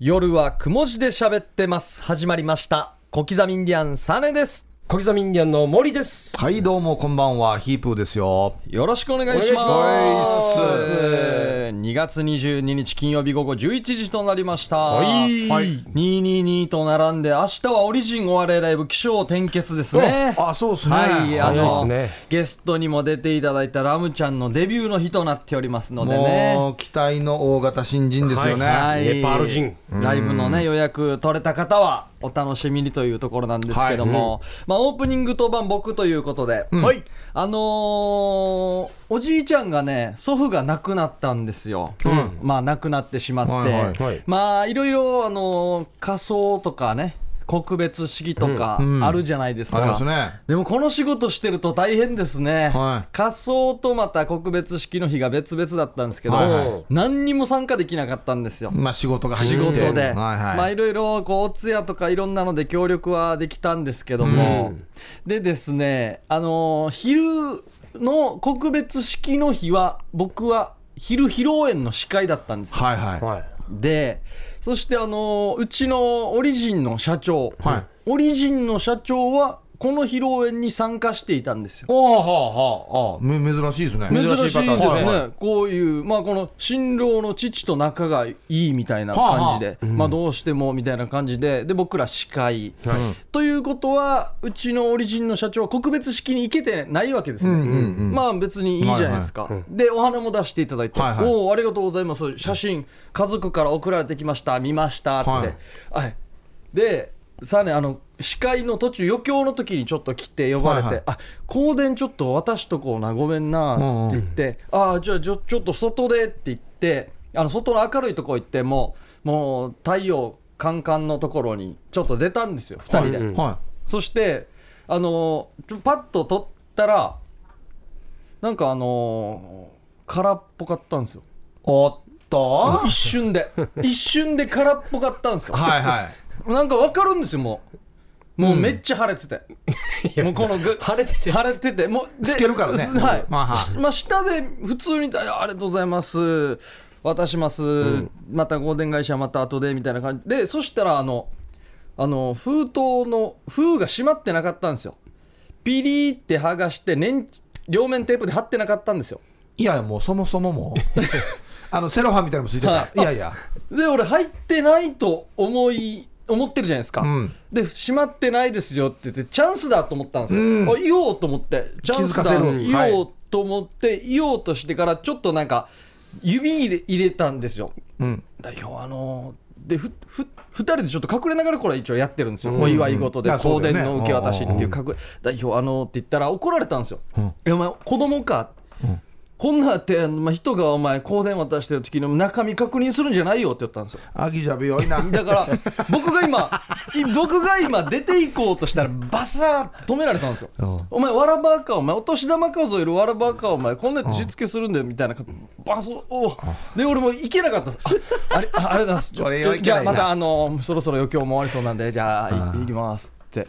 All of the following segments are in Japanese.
夜はくも字で喋ってます。始まりました。小刻みインディアンサネです。小刻みインディアンの森です。はい、どうも、こんばんは、ヒープーですよ。よろしくお願いします。お願いし2月22日金曜日午後11時となりました。はい222と並んで、明日はオリジンお笑いライブ、起承転結ですね。あ、そうですね。はい、あの、早いですゲストにも出ていただいたラムちゃんのデビューの日となっておりますのでね。もう、期待の大型新人ですよね。ははいネパール人ライブのね予約取れた方はお楽しみにというところなんですけども、まあ、オープニング当番僕ということで、はい。あのーおじいちゃんがね祖父が亡くなったんですよ、まあ亡くなってしまって、はいはいはいまあいろいろ、あのー仮装とかね告別式とかうんあるじゃないですか、ありますね。でもこの仕事してると大変ですね、はい仮装とまた告別式の日が別々だったんですけど、はいはい何にも参加できなかったんですよ。まあ、仕事が入仕って事で、はいまあはいい。ろいろこうお通夜とかいろんなので協力はできたんですけども、でですねあのー昼の告別式の日は僕は昼披露宴の司会だったんですよはいははい。でそしてあのーうちのオリジンの社長、はいオリジンの社長はこの披露宴に参加していたんですよい。おーはあはあ、あめ珍しいですね。珍珍ししいいでですすね、ねこういう、まあ、この新郎の父と仲がいいみたいな感じで、はまあ、どうしてもみたいな感じでで僕ら司会、ということはうちのオリジンの社長は告別式に行けてないわけですね、うんうんうんまあ別にいいじゃないですか、でお花も出していただいて「はいはいおおありがとうございます写真家族から送られてきました見ました」つって、はいはいでさあねあの司会の途中余興の時にちょっと来て呼ばれて「はいはいあ香典ちょっと渡しとこうなごめんな」って言って「ああじゃあちょちょっと外で」って言ってあの外の明るいとこ行ってもうもう太陽カンカンのところにちょっと出たんですよ2人で、うんはそしてあのーちょパッと撮ったらなんかあのー空っぽかったんですよい。おっと一瞬 で一瞬で空っぽかったんですよはいはい。 なんかわかるんですよもうもうめっちゃ晴れてて、もうこのぐ晴 れてて。晴れててもうでつけるからね はい、まあはいしまあ下で普通に「あありがとうございます渡します、また合電会社また後で」みたいな感じでそしたらあのあの封筒の封が閉まってなかったんですよピリーって剥がして粘両面テープで貼ってなかったんですよいや、もう、そもそも もう。あの、セロハンみたいなのもついてはた。いいやいや。で俺入ってないと思い思ってるじゃないですか、うんで閉まってないですよって言ってチャンスだと思ったんですよ、うんあ言おうと思ってチャンスだ気づかせる言おうと思って、言おうとしてからちょっとなんか指入れ入れたんですようん。代表あのでふふ2人でちょっと隠れながらこれ一応やってるんですよ、うんお祝い事でいやそ香うだよ典ねの受け渡しっていう隠れ代表あのって言ったら怒られたんですよ、うんいやお前子供か、こんなって、あのまあ、人がお前香典渡してる時の中身確認するんじゃないよって言ったんですよアギジャビよいな。だから僕が今い僕が今出ていこうとしたらバサーって止められたんですようん「お前わらばかお前お年玉数えるわらばかお前こんなやつしつけするんだよ」みたいなバソおうで俺も行けなかったですああれああれだすじゃ 俺よあいじけゃなあいなまたあのそろそろ余興も終わりそうなんでじゃあい行きますって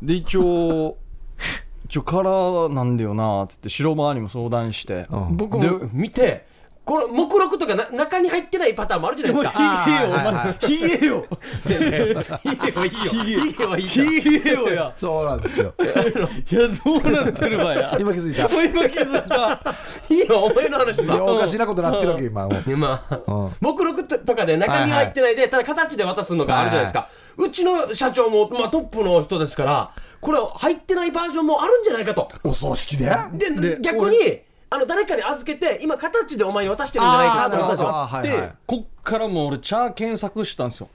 で一応一応カラーなんだよなっつって白マーにも相談してうん僕も見て、この目録とかな中に入ってないパターンもあるじゃないですか。ひげよ、おはいはいは前。ひげよ。いいよ、いいよ。いいよ、いいよ。ひげよ や。そうなんですよ。いや、どうなってるわや。今気づいた。もう今気づいた。いいよ、お前の話いやさ。おかしなことなってるわけ、今。もうねまあうん、目録とかで中身は入ってないで、ただ形で渡すのがあるじゃないですか。うちの社長も、まあ、トップの人ですから、これは入ってないバージョンもあるんじゃないかと。お葬式ででで、逆に、あの、誰かに預けて、今、形でお前に渡してるんじゃないかと思ったんですよ。あーはいはいで、こっからもう俺、チャー検索したんですよ。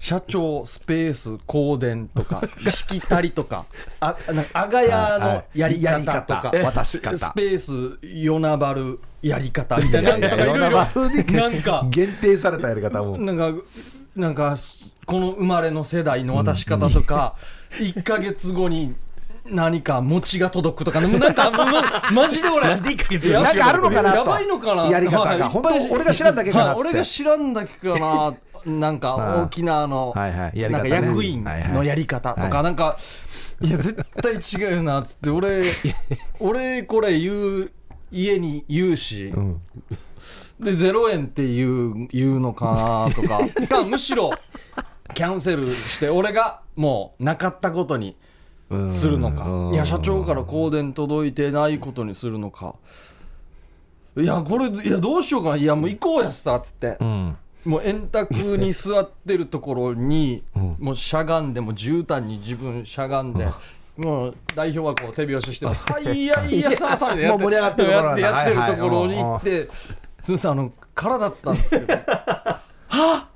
社長、スペース、香典と か、しきたりとか、あ、なんか、あがやのやりや方りとか方、渡し方スペース、ヨナバルやり方みたいな、なんとかいろいろ、なんか、限定されたやり方も。なんか、なんか、すこの生まれの世代の渡し方とか、1ヶ月後に何か餅が届くとか、もうなんか、もうまマジで俺、やなんかあるのかなとやばいのかなやり方がはい本当いっぱい俺が知らんだけかなはいつって俺が知らんだけ かな。なんかああ沖縄のはいはいやりなん方かね役員のやり方とはいはかなんかいや絶対違うよなっつって 俺俺これ言う家に言うしで0円っていう言うのかなと かかむしろキャンセルして俺がもうなかったことにするのかいや社長から香典届いてないことにするのかいやこれいやどうしようかないやもう行こうやっさっつって、うんもう円卓に座ってるところに、もうしゃがんでもう絨毯に自分しゃがんで。もう代表はこう手拍子してます。はいやいやさあさあみたいなやもう盛り上がってるところなんだやってやってるところにはいはい行って、すみませんあの空だったんですけど。はっ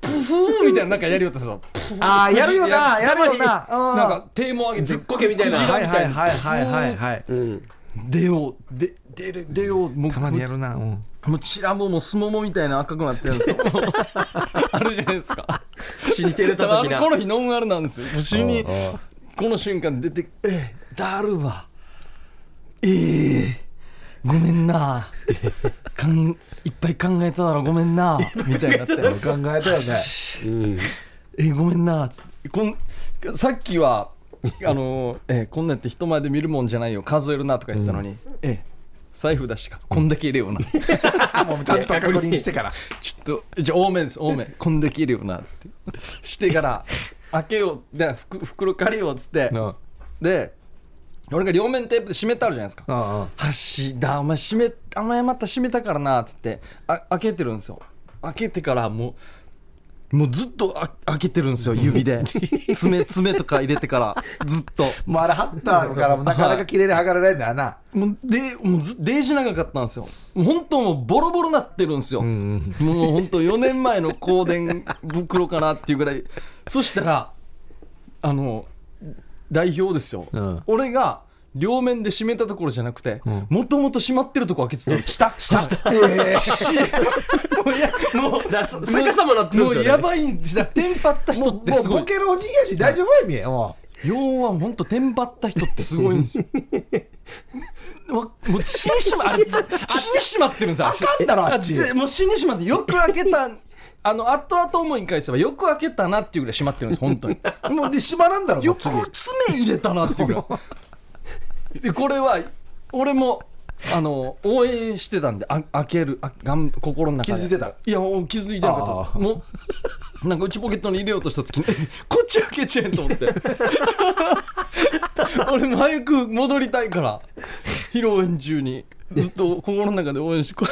プフーみたいななんかやりよったさ。ああやるよなやるよなたまうになんか手も上げてずっこけみたいなクジラはいみはたいいなはいはいはいはいうん出ようで出る出ようもうたまにやるな、うん、もうチラももうすももみたいな赤くなってるんですよ あるじゃないですか死にてれたただあ時のな頃にノンアルなんですよ後ろにおうおうこの瞬間出て「ええだるわええごめんなかんいっぱい考えただろごめんな」みたいになって考えたよ ねうん「えごめんな」つってこんさっきはあの、ええこんなんやって人前で見るもんじゃないよ数えるな」とか言ってたのに「ええ財布出してかこんだけ入れような」もうちゃんと確認してからちょっとじゃあ多めです多めこんだけいるよなっつってしてから開けようで袋袋借りようっつって、うんで俺が両面テープで締めてあるじゃないですか「うんうん橋だお前閉めお前また閉めたからな」っつってあ開けてるんですよ開けてからもうもうずっとあ開けてるんですよ指で爪爪とか入れてからずっともうあれ貼ったからも なかなか綺麗に剥がれないんだよなもうでもうずデージ長かったんですよもう本当もうボロボロなってるんですよ、もう本当4年前の香典袋かなっていうぐらいそしたらあの代表ですよ、うん俺が両面で閉めたところじゃなくてもともと閉まってるとこ開けてたんです下 下ええもうだそ 逆さまなってるんもですようねやばいんですだテンパった人もっうてすごいボケるおじいやし大丈夫やみえも要は本当テンパった人ってすごいんですよわもう死にしまあれ 死にしまってるんですようあかんだろあっちぜもう死にしまってよく開けたあの後々思い返せばよく開けたなっていうぐらい閉まってるんです本当にもうで島なんだろもようく次爪入れたなっていうぐらいでこれは俺もあの応援してたんであ開けるあがん心の中で気づいてたいやもう気づいてなかったでああすもうなんか内ポケットに入れようとした時にえ こっち開けちゃえんと思って 俺も早く戻りたいから披露宴中にずっと心の中で応援してこ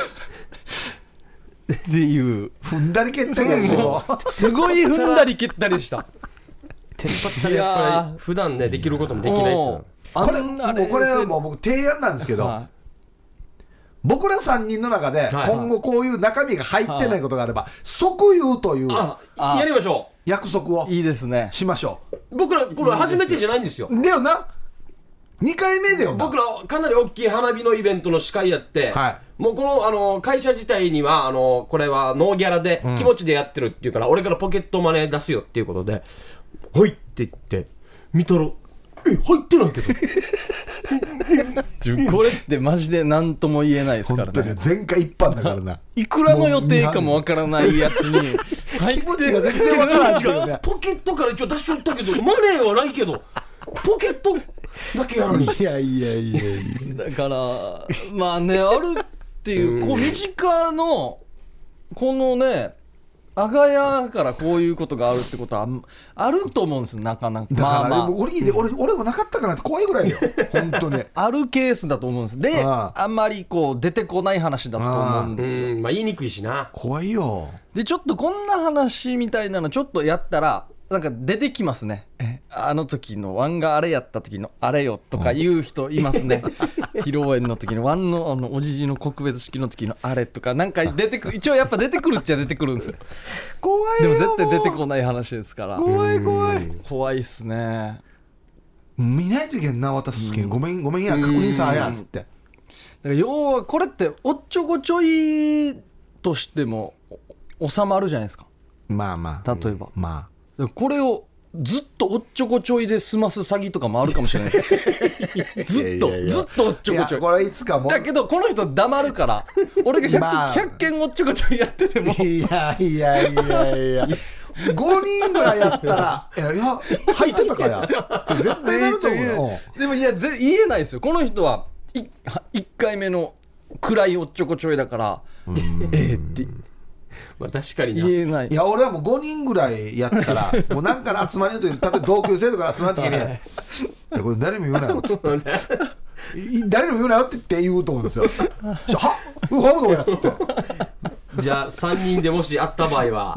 うっていう踏んだり蹴ったりやしもうすごい踏んだり蹴ったりしたテンパったらやっぱり普段ねできることもできないですよあこれんなもうこれはもうう僕提案なんですけどは僕ら3人の中ではい今後こういう中身が入ってないことがあれば即言うというああやりましょ約束をいいいですねしましょう僕らこれ初めてじゃないんですようだよな2回目だよな僕らかなり大きい花火のイベントの司会やって、はもうこのあの会社自体にはあのこれはノーギャラで気持ちでやってるっていうから、俺からポケットマネー出すよっていうことで「はい」って言って見たら「え入ってないけど」これってマジで何とも言えないですから本当ねに全会一般だからないくらの予定かもわからないやつに入気持ちが全然わからんけどねポケットから一応出しとったけどマネーはないけどポケットだけやのにいやいやいやいやだからまあねあるっていうこう身近のこのね阿賀屋からこういうことがあるってことはあんあると思うんですよなかなかだから、まあまあ俺いいで俺俺もなかったかなって怖いぐらいよ本当にあるケースだと思うんですであああんまりこう出てこない話だと思うんですようんまあ言いにくいしな怖いよでちょっとこんな話みたいなのちょっとやったらなんか出てきますねえあの時のワンがあれやった時のあれよとか言う人います ね披露宴の時のワンのあのおじじの告別式の時のあれとかなんか出てくる一応やっぱ出てくるっちゃ出てくるんですよ怖いでよも絶対出てもこない話ですからう怖い怖い怖いっすね見ないといけんな渡す時にごめんごめんや確認さあやっつってだから要はこれっておっちょこちょいとしてもお収まるじゃないですかまあまあ例えば、まこれをずっとおっちょこちょいで済ます詐欺とかもあるかもしれない ずっといやいやいやずっとおっあちいょこやちこょいれいつかもだけどこの人黙るから俺が 100,、まあ100件おっちょこちょいやっててもいやいやいやいや5人ぐらいやったら「いやいや入ってたかや」って絶対なると思うよでもいやぜ言えないですよこの人は 1, 回目の暗いおっちょこちょいだからええってまあ確かにな言えないいや俺はもう5人ぐらいやったらもうなんかの集まりの時に例えば同級生とかの集まる時に「いやこれ誰にも言うなよ」っつっ て「い誰にも言うなよ」って言って言うと思うんですよ「しはうわどうや」っつってじゃあ3人でもし会った場合は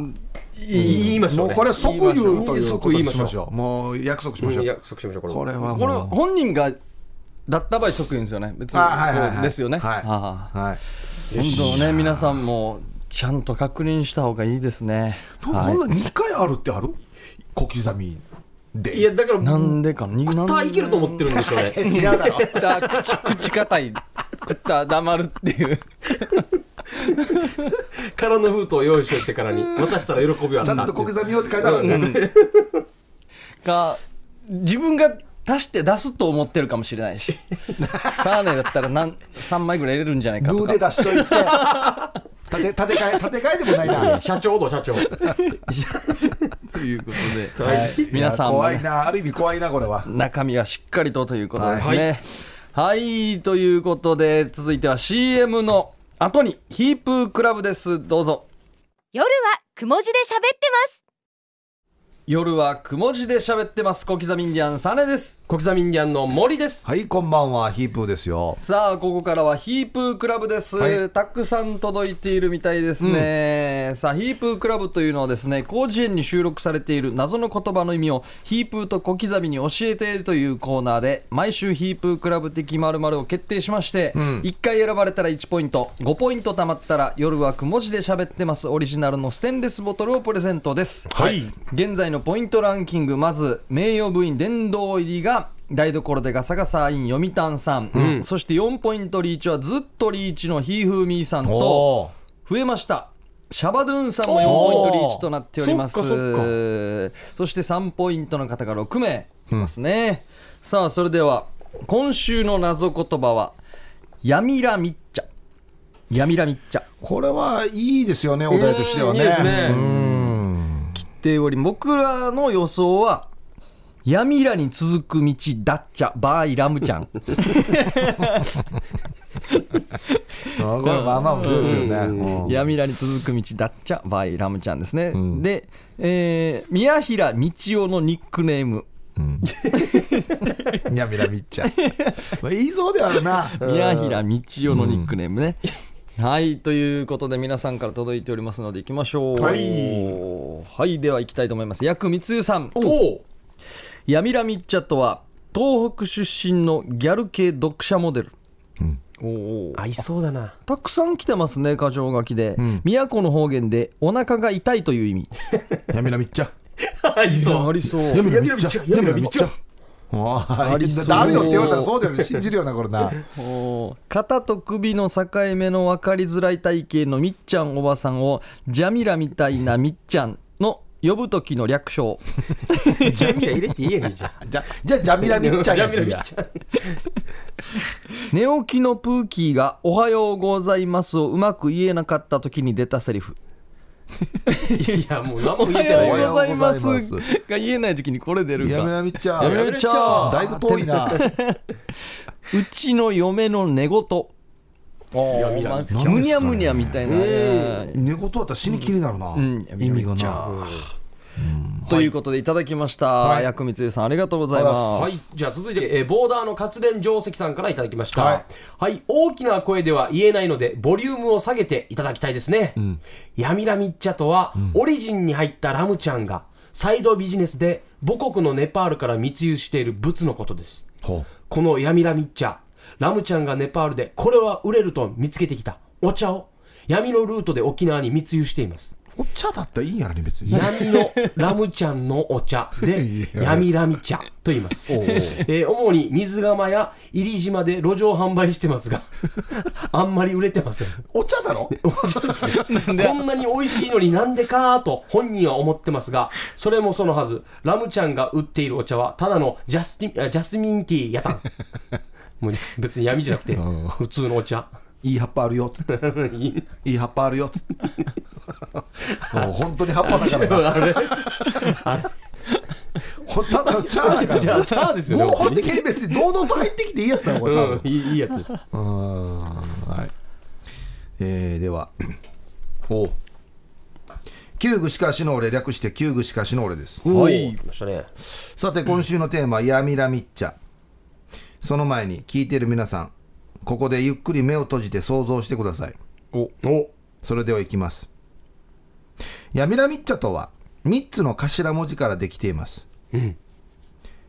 言いましょもううねこれ即言うということ言いにまししょまうしょうもう約束しましょうんう約束しましょうこれこれはもうこれ本人がだった場合即言ですよね別にあはいはいはいですよねはいああはい今度ね皆さんもちゃんと確認した方がいいですねなんかこんな2回あるってある小刻みでいやだからな僕んでかになんたいけるてと思ってるんでしょうね違うだろだ口口固い食った黙るっていう空の封筒を用意しといてからに渡したら喜びはあっちたゃっていうんと小刻みようって書いてあるんだねが自分が足して出すと思ってるかもしれないしサーネだったら何3枚ぐらい入れるんじゃないかグとーかで出しといて立て立て替え立て替えでもないな社長だ社長ということで、はい皆さんも怖ね、いなある意味怖いなこれは中身はしっかりとということですね。はい、ということで続いては CM の後にヒープークラブですどうぞ。夜はくも字で喋ってます夜はくも字で喋ってます小刻みインディアンサネです。小刻みインディアンの森ですはいこんばんはヒープーですよさあここからはヒープークラブです、はいたくさん届いているみたいですね、さあヒープークラブというのはですね広辞苑に収録されている謎の言葉の意味をヒープーと小刻みに教えているというコーナーで毎週ヒープークラブ的〇〇を決定しまして、1回選ばれたら1ポイント5ポイント貯まったら夜はく文字で喋ってますオリジナルのステンレスボトルをプレゼントですはい現在のポイントランキングまず名誉部員殿堂入りが台所でガサガサイン読谷さん、そして4ポイントリーチはずっとリーチのひーふーみーさんとお増えましたシャバドゥンさんも4ポイントリーチとなっておりますおーそっかそして3ポイントの方が6名いますね、さあそれでは今週の謎言葉は「ヤミラミッチャ」「ヤミラミッチャ」これはいいですよねお題としてはねうんいいですねうんっており僕らの予想は闇らに続く道ダッチャバーイラムちゃんあこれまあまあ面白いですよねうん闇らに続く道ダッチャバーイラムちゃんですね、で、えー宮平道夫のニックネームにゃみらみっちゃんまあ言いそうではあるな宮平道夫のニックネームね、はいということで皆さんから届いておりますのでいきましょうはいはいではいきたいと思います薬光代さんお闇ラミッチャとは東北出身のギャル系読者モデル、おお合いそうだなたくさん来てますね箇条書きで、宮古の方言でお腹が痛いという意味にゃみらみっちゃん 合 いそうりそうにゃみらみっちゃんにゃみらみっちゃんあありそうだるよって言われたらそうだよね信じるよなこれな肩と首の境目の分かりづらい体型のみっちゃんおばさんをジャミラみたいなみっちゃんの呼ぶ時の略 称ジャミラ入れていいやねじゃあじゃじゃあじゃみらみっちゃんやジャミラみっちゃん寝起きのプーキーが「おはようございます」をうまく言えなかった時に出たセリフいやもう何も「お言はえてないよようございますおはようございま」が言えない時にこれ出るやみからみっちゃんやみらみっちゃんだいぶ遠いなうちの嫁の寝言闇ラミまあむにゃむにゃみたいなね寝言だったら死に気になるな、ん意味がなということでいただきましたはい薬味つゆさんありがとうございはまいす、じゃあ続いて、えーボーダーの活電定石さんからいただきました、ははいい大きな声では言えないのでボリュームを下げていただきたいですね、ヤミラミッチャとは、オリジンに入ったラムちゃんがサイドビジネスで母国のネパールから密輸している物のことですほこのヤミラミッチャラムちゃんがネパールでこれは売れると見つけてきたお茶を闇のルートで沖縄に密輸していますうお茶だったらいいやろに別に闇のラムちゃんのお茶 いでや闇ラミ茶と言います、おうえー主に水釜や入島で路上販売してますが あんまり売れてませんお茶だろこんなに美味しいのになんでかと本人は思ってますがそれもそのはずラムちゃんが売っているお茶はただのジャスティンあジャスミンティーやた んもう別に闇じゃなくてん普通のお茶いい葉っぱあるよつって いいいい葉っぱあるよつってもう本当に葉っぱだからなあれほただの茶だか らじゃあ茶ですよね合法的に別に堂々と入ってきていいやつだよこれ多う分んいいいいやつですうんはいえーではおう旧具しかしの俺略して旧具しかしの俺ですはいおー来ましたねさて今週のテーマ「ヤミラミッチャ」その前に聞いている皆さんここでゆっくり目を閉じて想像してくださいおおそれではいきますヤミラミッチャとは3つの頭文字からできています、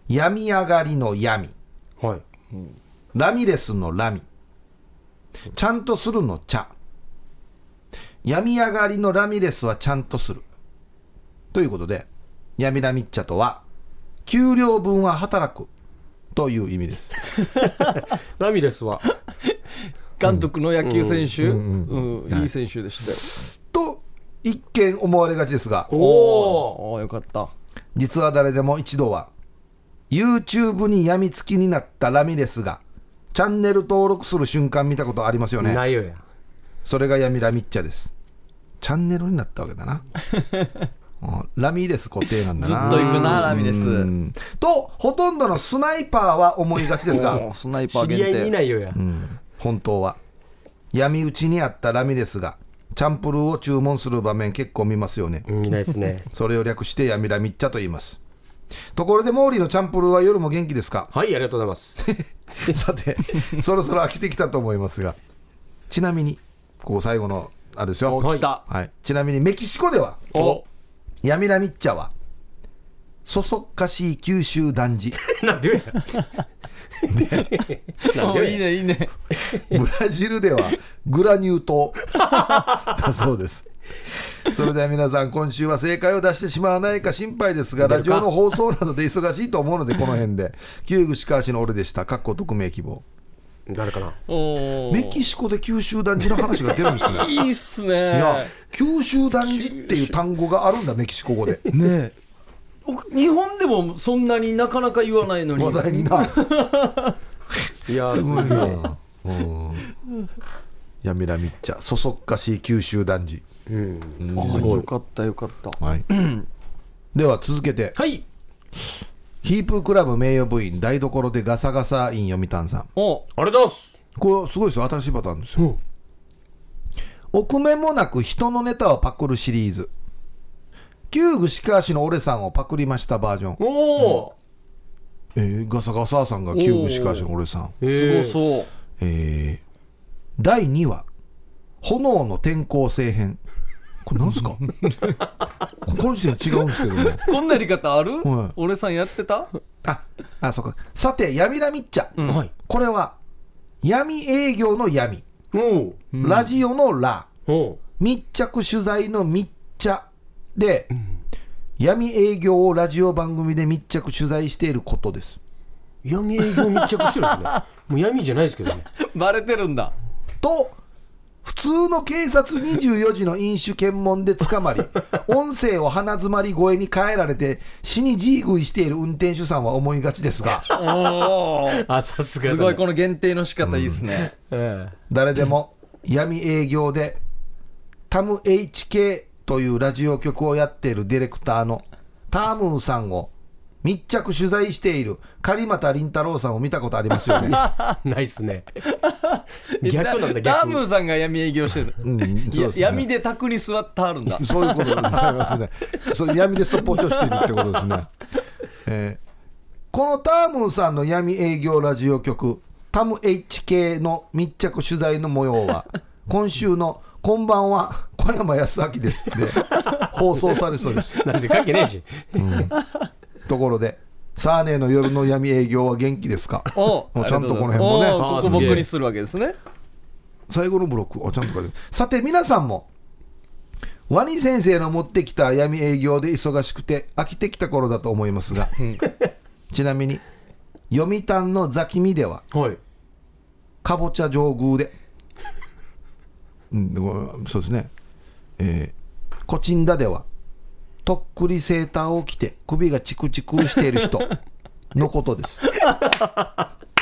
病み上がりの闇はいラミレスのラミ。ちゃんとするの茶。病み上がりのラミレスはちゃんとする。ということで、闇ラミッチャとは、給料分は働くという意味です。ラミレスは監督の野球選手、うんいい選手でしたよと、一見思われがちですが、おおおーよかった実は誰でも一度は、YouTube に病みつきになったラミレスが、チャンネル登録する瞬間見たことありますよね。ないよやそれが闇ラミッチャです。チャンネルになったわけ だな。うんラミレス固定なんだずっな。と行くなラミレスうんと、ほとんどのスナイパーは思いがちです おーが、スナイパー知り合限いにいな定いよや本当は。闇討ちにあったラミレスが、チャンプルーを注文する場面結構見ますよね。うんいないですねそれを略して闇ラミッチャと言います。ところで、モーリーのチャンプルーは夜も元気で すかはいありがとうございますさて、そろそろ飽きてきたと思いますが、ちなみに、ここ最後の、あれですよ。お来たはい、ちなみにメキシコではおヤミラミッチャはそそっかしい九州男児なんでよやなんでおよいいやねいいねブラジルではグラニュー糖だそうですそれでは皆さん今週は正解を出してしまわないか心配ですがラジオの放送などで忙しいと思うのでこの辺で旧具川氏の俺でしたかっこ匿名希望誰かなおーメキシコで九州男児の話が出るんですねいいっすねいや九州男児っていう単語があるんだメキシコ語でねえお日本でもそんなになかなか言わないのに話題に ないやーすごいねうんやみらみっちゃそそっかしい九州男児、うんあーよかったよかったはい、 では続けてはいヒープークラブ名誉部員台所でガサガサイン読谷さんおありがとうございますこれすごいですよ新しいパターンですようん臆面もなく人のネタをパクるシリーズ旧具しかしの俺さんをパクりましたバージョン、おおえーガサガサさんが旧具しかしの俺さんすごすうそうえー第2話「炎の転校生編」これなんですかこの時点違うんですけどねこんなやり方あるはい俺さんやってたああそうかさて闇ラミッチャ、うんはいこれは闇営業の闇、おラジオのラおお密着取材の密着で、闇営業をラジオ番組で密着取材していることです闇営業密着してるんですねもう闇じゃないですけどねバレてるんだと普通の警察24時の飲酒検問で捕まり音声を鼻詰まり声に変えられて死にじい食いしている運転手さんは思いがちですがおーあさすが すごいこの限定の仕方いいっすねえ誰でも闇営業でタム HK というラジオ局をやっているディレクターのタームーさんを密着取材している狩俣倫太郎さんを見たことありますよね、えないっすね逆なんだ逆にダムーさんが闇営業してるうん、いそうやですね闇で卓に座ってはるんだ そういうことでございますね。そう闇でストップウォッチをしているってことですね。えーこのタームンさんの闇営業ラジオ局、タム HK の密着取材の模様は、今週のこんばんは、小山康明ですで放送されそうです。なんで関係ねえしところで、サーネーの夜の闇営業は元気ですかおもうちゃんとこの辺おもねーここあーすげえ僕にするわけですね最後のブロック、あちゃんと書いてあるさて、皆さんも、ワニ先生の持ってきた闇営業で忙しくて飽きてきた頃だと思いますが、ちなみに、読谷のザキミでは、はいかぼちゃ上宮 で、うん、ごめんそうですね、えー、コチンダでは、とっくりセーターを着て首がチクチクしている人のこと です。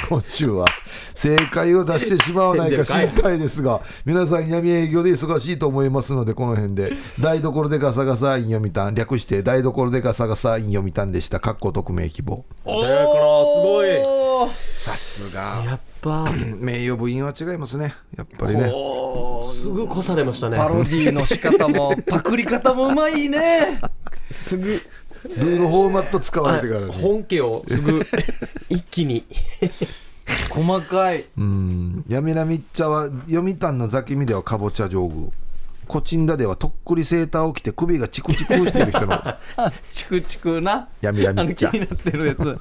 今週は正解を出してしまわないか心配ですが、皆さん闇営業で忙しいと思いますので、この辺で、台所でガサガサイン読みたん、略して台所でガサガサイン読みたんでした、かっこ匿名希望。穏やかなすごいよさすがやっぱ名誉部員は違いますねやっぱりねすぐ越されましたねパロディの仕方も パクリ方もうまいねすぐルールフォーマット使われてからはいね本家をすぐ一気に細かいうん闇なみっちゃは読谷のザキミではかぼちゃ上宮コチンダではとっくりセーターを着て首がチクチクしてる人のチクチクな闇なあのみっ気ちゃになって るやつ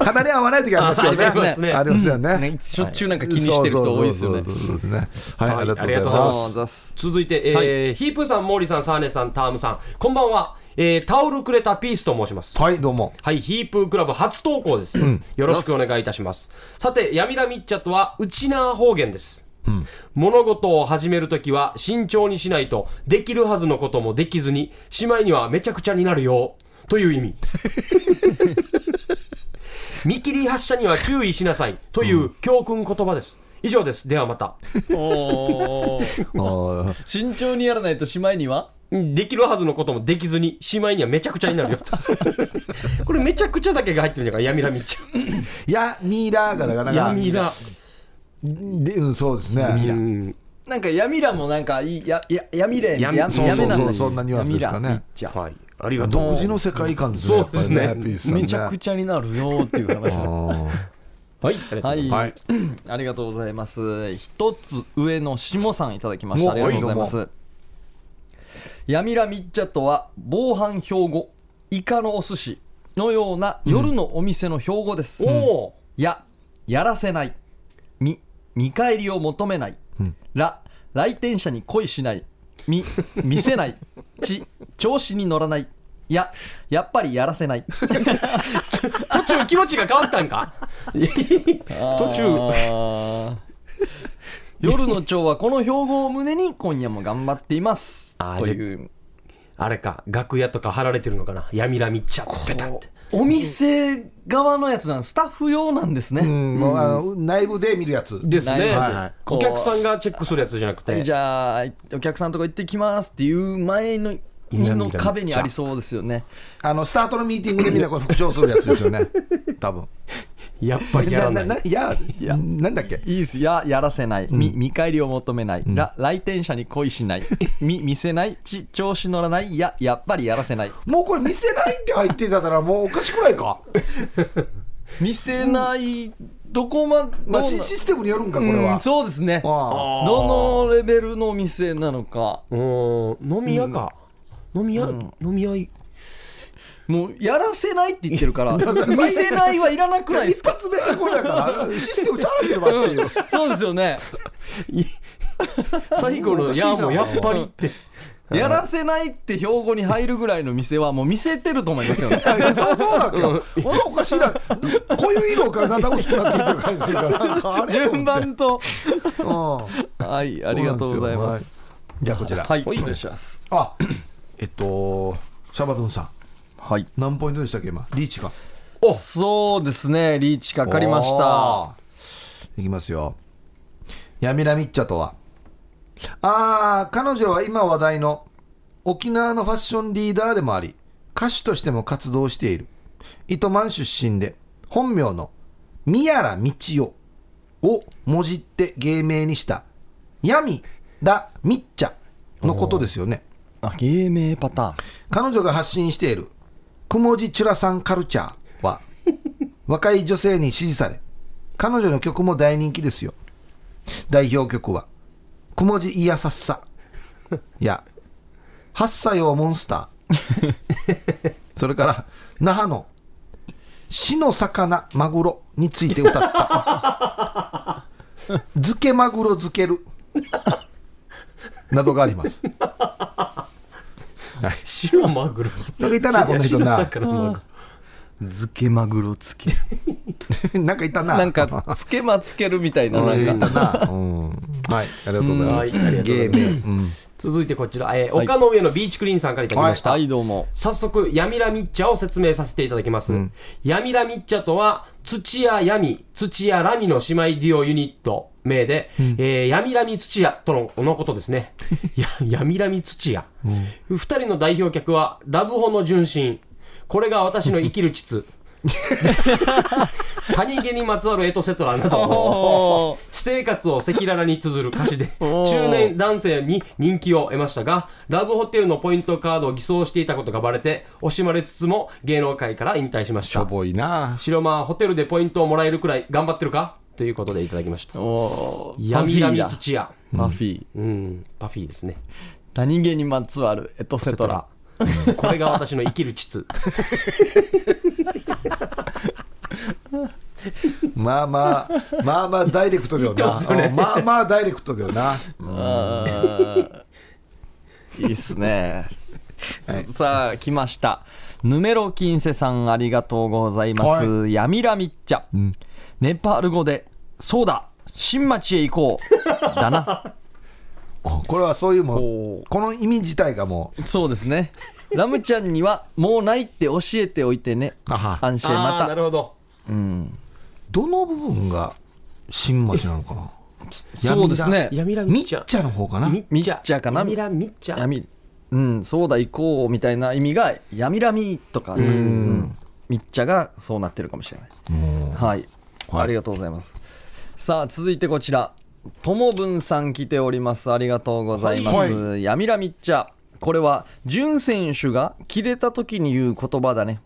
ただに合わない時ありますよねあありますねありますよね,、ねしょっちゅうなんか気にしてる人多いですよねそうそうそうそうですねはい、はいありがとうございありがとうございまますすあーざっす続いて、えーヒープーさんモーリーさんサーネさんタームさんこんばんは、えータオルくれたピースと申しますはいどうもはい、ヒープークラブ初投稿です。よろしくお願いいたします。さて、ヤミラミッチャとは、ウチナー方言です。物事を始めるときは慎重にしないとできるはずのこともできずにしまいにはめちゃくちゃになるよという意味見切り発車には注意しなさいという教訓言葉です以上ですではまたおーあー慎重にやらないとしまいにはできるはずのこともできずにしまいにはめちゃくちゃになるよと これめちゃくちゃだけが入ってるんじゃからヤミラミッチやミラーがだからャヤミラでうんそうですねうんなんか闇らもなんかいいやや闇れ闇やそうそうそうやめなさいそんなニュアンスですかね闇らいっちゃはい、ありがとう。独自の世界観ですねやっぱりそうですねピースさんねめちゃくちゃになるよっていう話 あーはい、ありがとうござはいい、はいありがとうございます一つ上の下さんいただきましたおありがとうございます闇らみっちゃとは防犯標語イカのお寿司のような夜のお店の標語です、ます。おお、ややらせないみ見返りを求めない、んら来店者に恋しないみ見せ ないち調子に乗らないややっぱりやらせない途中気持ちが変わったんか。途中、中夜の蝶はこの標語を胸に今夜も頑張っていますあーという あれか、楽屋とか貼られてるのかな、やみらみっちゃ。ペタって。お店側のやつなんスタッフ用なんですね、うんもうあの内部で見るやつですなねいはいはい。お客さんがチェックするやつじゃなくて。じゃあお客さんとこ行ってきますっていう前のの壁にありそうですよねあのスタートのミーティングでみんなこれ復唱するやつです よね多分やっぱりやらない。いややなんだっけいいですややらせない、み見返りを求めない、ら来店者に恋しないみ見せないち調子乗らないややっぱりやらせないもうこれ見せないって入ってたからもうおかしくないか、見せない、どこまどうなまあ、シシステムによるんかこれうはん、そうですねあどのレベルのお店なのかうーん、飲み屋か。飲み屋、飲み屋い。もうやらせないって言ってるから 見せないはいらなくないあです一か発目がこれだからシステムちゃうなければっていうそうですよね最後の、いや、もうやっぱり って。やらせないって標語に入るぐらいの店はもう見せてると思いますよねいやそうそうなんだよ、俺はおかしいなこういう色がだんだん薄くなっていってる感じするからなんかあれ 順番とうんはいありがとうございますはいじゃあこちらはいお願いしますあえっとシャバドゥンさんはい何ポイントでしたっけ今リーチかそうですねリーチかかりましたいきますよ闇ラミッチャとはああ彼女は今話題の沖縄のファッションリーダーでもあり歌手としても活動している糸満出身で本名の宮良道夫をもじって芸名にした闇ラミッチャのことですよねあ芸名パターン彼女が発信している「くもじちゅらさんカルチャー」は若い女性に支持され彼女の曲も大人気ですよ代表曲は「くもじいやさっさ」や「8歳よモンスター」それから那覇の「死の魚マグロ」について歌った「漬けマグロ漬ける」などがあります 白マグ ロ。なんかいたなこの人な白魚のマグロ漬けマグロつけなんかいたななんかつけまつけるみたいなうなんんいかいんだな、うん、はいありがとうございうんはいありまがとうごすざゲいーまム、うん、続いてこちら、えー丘の上のビーチクリーンさんからいただきましたは。いどうも早速闇ラミッチャを説明させていただきます、闇ラミッチャとは土屋闇土屋ラミの姉妹デュオユニット名で、えー闇ラミ土屋とののことですね や闇ラミ土屋、 二人の代表客はラブホの純真これが私の生きる秩他人気にまつわるエトセトラなどおー私生活を赤裸々に綴る歌詞で おー中年男性に人気を得ましたがラブホテルのポイントカードを偽装していたことがバレて惜しまれつつも芸能界から引退しまししょたぼいな白間ホテルでポイントをもらえるくらい頑張ってるかということでいただきましたおー闇闇パフィー土屋だパフィーうんパフィーですね他人間にまつわるエトセト ラこれが私の生きる秩まあまあまあまあダイレクトだよ言って なますよねうんまあまあダイレクトだよなあーいいっす ね、さあ来ましたヌメロキンセさんありがとうございます、ヤミラミッチャ、ネパール語でそうだ新町へ行こうだ なこれはそういうもおうーこの意味自体がもそうですねラムちゃんにはもうないって教えておいてねあは安心ああまーなたるほどうんうどの部分が新町なのかなそうですね闇ラみミっッチャちゃの方かなみみっちゃかな闇ラミッチャ闇うんそうだ行こうみたいな意味が闇ラミとかねうんみっちゃがそうなってるかもしれないはい、ありがとうございますさあ続いてこちらともぶんさん来ておりますありがとうございます、やみらみっちゃこれは潤選手が切れた時に言う言葉だね、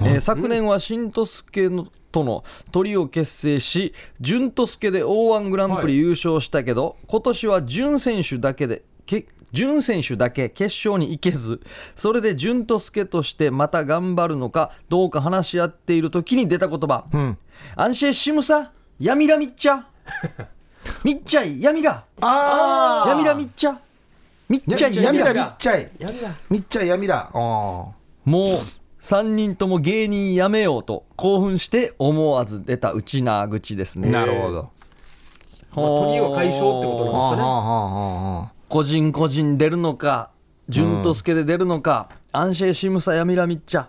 えー昨年は新とすけのとのトリを結成し潤とすけで O−1 グランプリ優勝したけど、今年は潤選手だけでけ潤選手だけ決勝に行けずそれで潤とすけとしてまた頑張るのかどうか話し合っている時に出た言葉「安心しむさやみらみっちゃ」「みっちゃいやみら」あやみらみっちゃみっーちゃいやみやみららみっちゃい闇ラみっちゃいやみらあもう3人とも芸人やめようと興奮して思わず出たうちな口ですーねなるほどまあ鳥を解消ってことあなんでーはすかーねは個人個人出るのか潤と助で出るのか、アンシェシムサやみらみっちゃ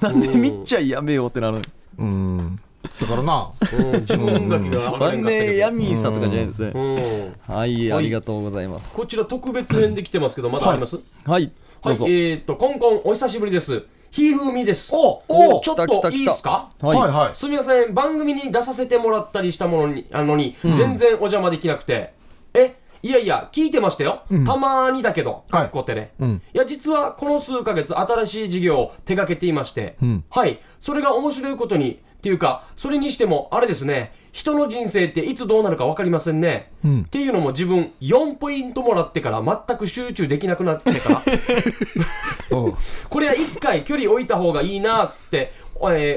なんでみっちゃいやめようってなるのーはーうんだからなうん自分だけが万分からんかった年けヤどミーさんとかじゃないですね、うんはいありがとうございますこちら特別編で来てますけどまだありますはいはどいうぞ、えっとコンコンお久しぶりですひーふーみですおおおちょっ来た来とた来たいいですかはいはいはいすみません番組に出させてもらったりしたものにあのに、全然お邪魔できなくてえいやいや聞いてましたよ、たまにだけど、はいかっこてね、んいや実はこの数ヶ月新しい事業を手掛けていまして、はいそれが面白いことにっていうかそれにしてもあれですね人の人生っていつどうなるか分かりませんね、っていうのも自分4ポイントもらってから全く集中できなくなってから おうこれは一回距離置いた方がいいなって、えー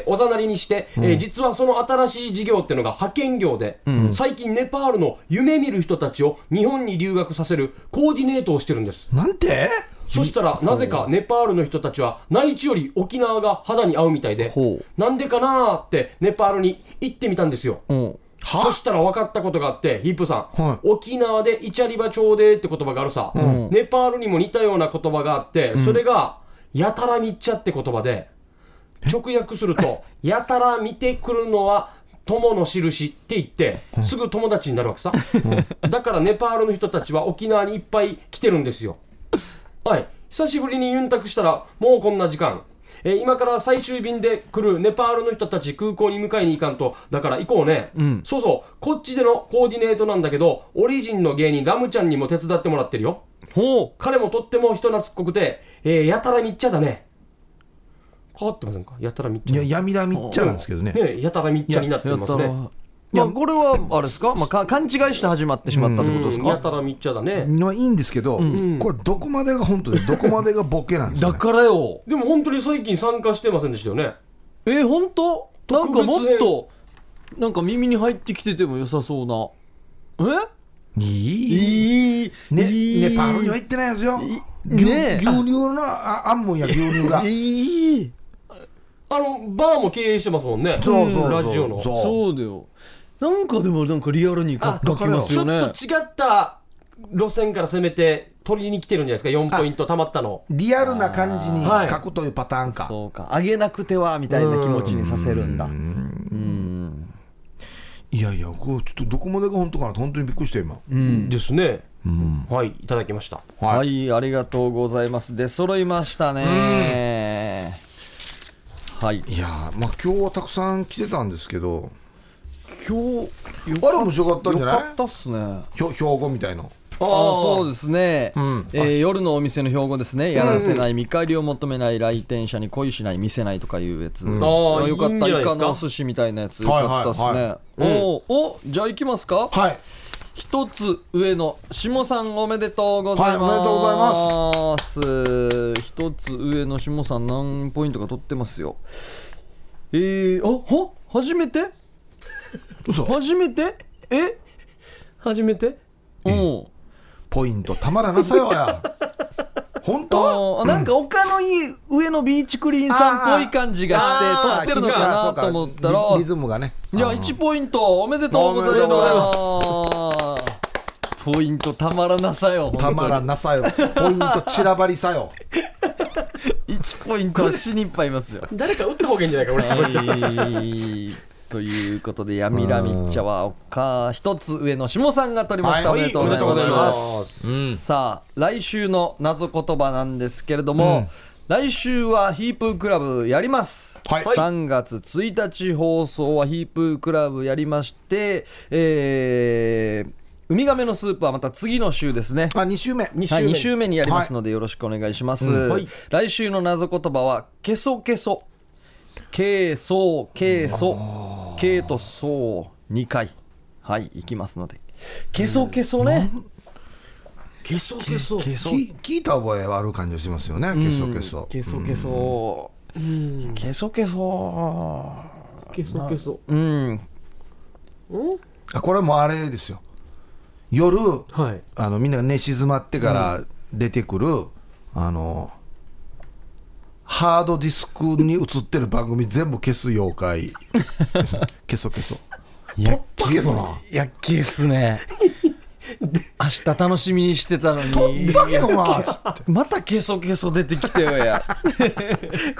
おざなりにして、えー実はその新しい事業っていうのが派遣業で、最近ネパールの夢見る人たちを日本に留学させるコーディネートをしてるんですなんてそしたらなぜかネパールの人たちは内地より沖縄が肌に合うみたいでほなんでかなーってネパールに行ってみたんですようんそしたら分かったことがあってヒップさん、は沖縄でイチャリバ朝でって言葉があるさ、ネパールにも似たような言葉があって、それがやたらみっちゃって言葉で直訳するとやたら見てくるのは友の印って言ってすぐ友達になるわけさ、だからネパールの人たちは沖縄にいっぱい来てるんですよはい、久しぶりにユンタクしたら、もうこんな時間、えー今から最終便で来るネパールの人たち、空港に迎えに行かんと、だから行こうね、そうそう、こっちでのコーディネートなんだけど、オリジンの芸人、ラムちゃんにも手伝ってもらってるよ、ほ彼もとっても人懐っこくて、えーやたらみっちゃだね、変わってませんか、やたらみっちいゃ、ややみらみっちゃなんですけどねね、やたらみっちゃになっうてやまったすら、ね。まあこれはあれですか,、まあ、か勘違いして始まってしまったってことですうんか、やたらみっちゃだね、のはいいんですけど、これどこまでが本当 でどこまでがボケなんですよ、だね、からよでも本当に最近参加してませんでしたよねえー、本当なんかも特別っとなんか耳に入ってきてても良さそうなえいいいいねいいネパールには行ってないですよい牛,、ねえ牛乳のああん もんや牛乳がいいあのバーも経営してますもんねそうそうそうラジオのそうそうだよなんかでもなんかリアルに書あきますよねちょっと違った路線から攻めて取りに来てるんじゃないですか4ポイントたまったのリアルな感じにはい書くというパターンか、そうかあげなくてはみたいな気持ちにさせるんだい、やいやこれちょっとどこまでが本当かなと本当にびっくりした今、ですね、はいいただきましたはい、はありがとうございます出揃いましたねはいいやーまあ今日はたくさん来てたんですけど今日よあれ面白かったんじよゃないかったっすねあひょ標語みたいのあそうですね、んえー夜のお店の標語ですねやらせない見返りを求めない来店者に恋しない見せないとかいうやつ、んああよかいいっんたじゃないイでカすかのお寿司みたいなやつよはいかったっすね、はいおーおじゃあ行きますかはい一つ上の下さんおめでとうございます、はいおめでとうございます一つ上の下さん何ポイントか取ってますよえー、あは初めて嘘初めてえ初めてうんポイントたまらなさ よや本当あーなんか丘のいい上のビーチクリーンさんっぽい感じがしてあー取ってるのかなと思ったらリリズムがねいや1ポイントおめでとうございおめでとうございまますポイントたまらなさよたまらなさよポイント散らばりさよ1ポイントは死にいっぱいいますよ誰か打った方がいいんじゃないか俺はいということで、ヤミラミッチャは丘一つ上の下さんが取りました。はいおめでとうございおめでとうござま。いますすさあ、来週の謎言葉なんですけれども、来週はヒープークラブやります、はい3月1日放送はヒープークラブやりまして、えーウミガメのスープはまた次の週ですね。あ2週目二はい、目2週目にやりますのでよろしくお願いします、はい来週の謎言葉は「けそけそ」「けそうけそ」「けとそう」2回はい行きますので「けそけそね」消そう消そうけそき聞いた覚えはある感じがしますよねけそけそけそけそ」けそけそ消そう消そううんあこれもあれですよ夜はいあのみんなが寝静まってから出てくる、あのハードディスクに映ってる番組全部消す 妖怪消そう消そうやとっとけそないやけっすね明日楽しみにしてたのとにっとけそなつってまたけそけそ出てきてよや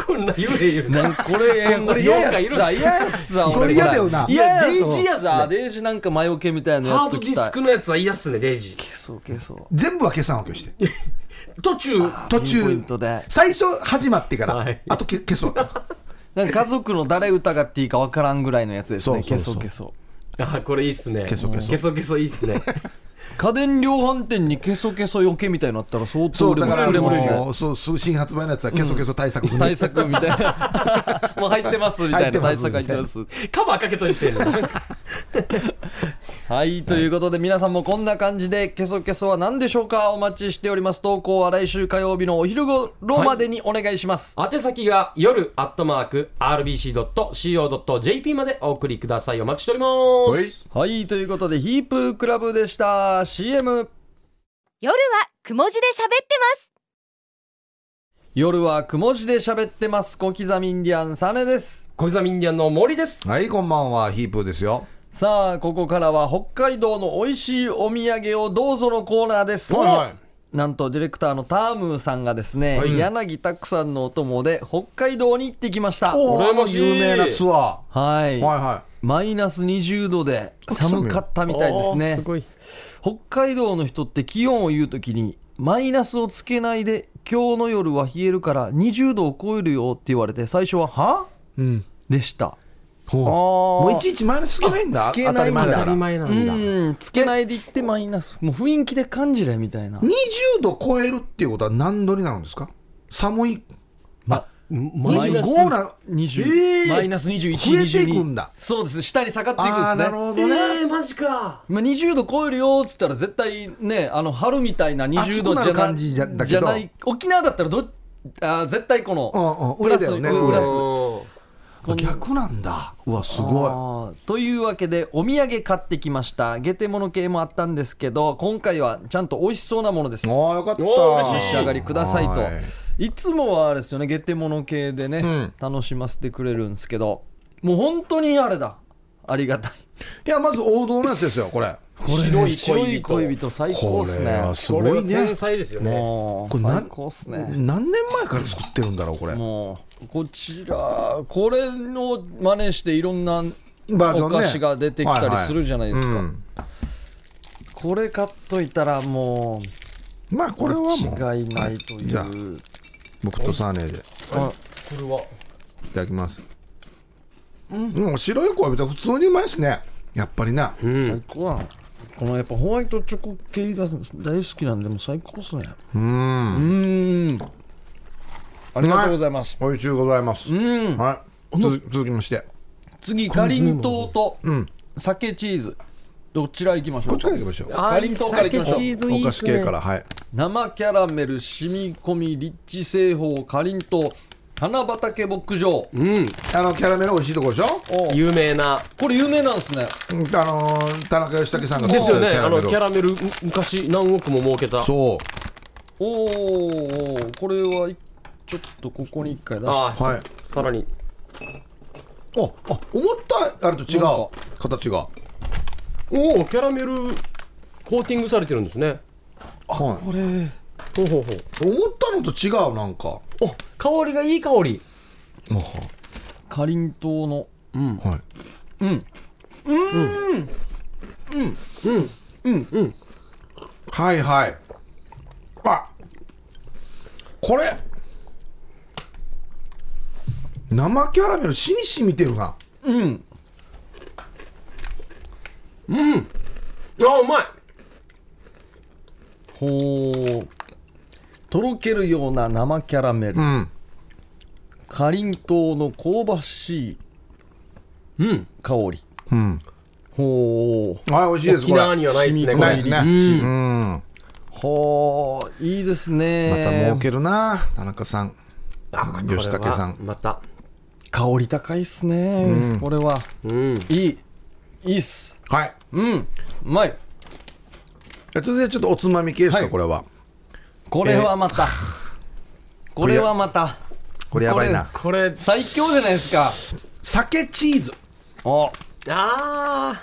こんな幽霊いるなんこれ、これ嫌妖怪いるんさ、す嫌やっさ、これ嫌だよな嫌やデデイイジジややっっさ、さデイジなんか魔除けみたいなやハつードとデきィたスい。クのやつは嫌っすねデイジ消そう消そう。全部は消さんを消して途中ピ途ンポイ中ントで最初始まってから、はいあとけ消そうなんか家族の誰疑っていいかわからんぐらいのやつですね。そ消うそうそそうう消そう。あこれいいっすね消そう消そう消そう消そういいっすね家電量販店に消そう消そう余計みたいになったら相当そう売れだまかすら売れますもね。うそうそう新発売のやつはけそけそ対策済み、対策みたい な。もう入ってますみたいな。対入ってます策入ってます。カバーかけといてるのはい、ということで皆さんもこんな感じで「けそけそ」は何でしょうかお待ちしております投稿は来週火曜日のお昼頃までにお願いします、宛先が夜アットマーク RBC.CO.JP までお送りくださいお待ちしておりますはいはい、ということで、ヒープークラブでした。CM。夜はくも字で喋ってます夜はくも字で喋ってます。小刻みインディアン、サネです。小刻みインディアンの森ですはいこんばんはヒープーですよさあ、ここからは北海道の美味しいお土産をどうぞのコーナーです。なんとディレクターのタームーさんがですね、はい柳拓さんのお供で北海道に行ってきました。お羨ーましい有名なツアーははいい、はマイナス20度で寒かったみたいですね。ごい北海道の人って気温を言うときにマイナスをつけないで今日の夜は冷えるから20度を超えるよって言われて最初は「は?いうん」でしたほうあーもういちいちマイナスつけないんだあつけないんだ当たり前当だたからり前な20うんだんつけないで言ってマイナスもう雰囲気で感じれみたいな度超えるっていうことは何度になるんですか寒いあマイナス25な20えーマイナス21増えていくんだ22そうです下に下がっていくんであすあねなるほえどね、ー、マジかまあ、20度超えるよっつったら絶対ねあの春みたいな20度じゃ暑くななる感じじゃだけどじゃない沖縄だったらどあー絶対このうんうん上だよねプラス上プラスうあ逆なんだうわすごあーというわけでお土産買ってきましたゲテモノ系もあったんですけど今回はちゃんと美味しそうなものですいおああよかったおー嬉しい召し上がりくださいとはいつもはあれですよねゲテモノ系でね、ん楽しませてくれるんですけどもう本当にあれだありがたいいやまず王道のやつですよこれこれね白白いい恋人恋人最高っすこれねはすん、これごはいね天才ですよねもうこれな最高っすね何年前から作ってるんだろうこれもうこちらこれの真似していろんなバージョおンね菓子が出てきたりするじゃないですか、はいはいうんこれ買っといたらもうまあこれはもう間違いないという、じゃあ僕とサーネーであこれはただきますうん白い子は別に普通にうまいですねやっぱりな最高だなこのやっぱホワイトチョコ系が大好きなんでもう最高っすねうんうんありがとうございますおいしゅうございますうんはい続き続きまして次かりんとうとん酒チーズどちら行きましょうこっちから行きましょうかりんとうから行きましょうチーズいおいっ菓す子ね系からはい生キャラメル染み込みリッチ製法かりんとう花畑牧場うんあのキャラメル美味しいとこでしょお有名なこれ有名なんですねうんあのー田中義武さんがですよねあのをキャラメルむ昔何億も儲けたそおーこれはいちょっとここに一回出してあうあはいさらにああ思ったあれと違なんうか形がおおキャラメルコーティングされてるんですねはいこれほうほう思ったのと違うなんかほうお香りがいい香りかりんとうのはいうんはいはいあこれ生キャラメル死にしみてるなうんああうまいほうとろけるような生キャラメル、うんかりんとうの香ばしいうん香りうんほうはい美味しいです沖これ縄にはないですね染み込みこないれですねううんまほういいですたね儲けるな田中さんあうん吉武さんこれはまた香り高いっすね、これはうんいいいいっすはいうんうまいじゃあ続いてちょっとおつまみ系ですはかいこれはこれはまた、これはまたこれやばいなこれ最強じゃないですか酒チーズおああ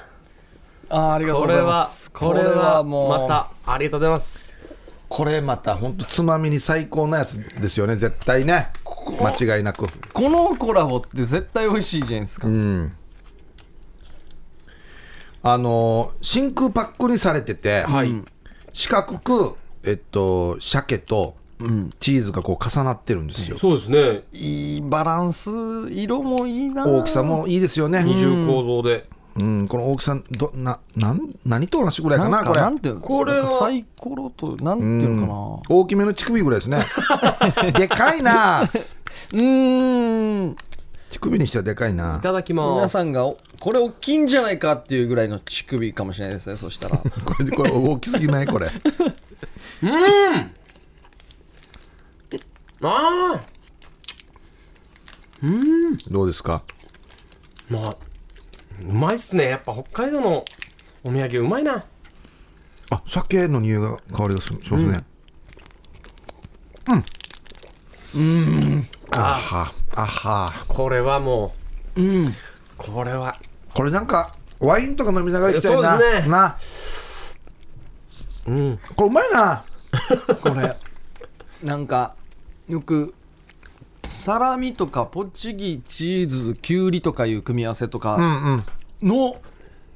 あーありがとうこござれいまはすこれこれははもうまたありがとうございますこれまた本当つまみに最高なやつですよね絶対ね間違いなくこのコラボって絶対美味しいじゃないですか、うんあのー真空パックにされてて、い四角くえっと鮭とチーズがこう重なってるんですよ、そうですねいいバランス色もいいな大きさもいいですよね、二重構造でうん、この大きさどななん何と同じぐらいなかなんかなんこていうのこれはなんかサイコロとなんてれいうのかうん大きめの乳首ぐらいですね でかいななうーん乳首にしてはでかいないただきま皆すさんがおこれ大きいんじゃないかっていうぐらいの乳首かもしれないですねそしたらこれこれ大きすぎないこれああどうですかまあうまいっすねやっぱ北海道のお土産うまいなあ鮭の匂いが香りがするしますねうんうんあはあはこれはもうんうこれはこれなんかワインとか飲みながら行きたいなそうですねなうんこれうまいなこれなんかよくサラミとかポチギチーズきゅうりとかいう組み合わせとうかんうんの、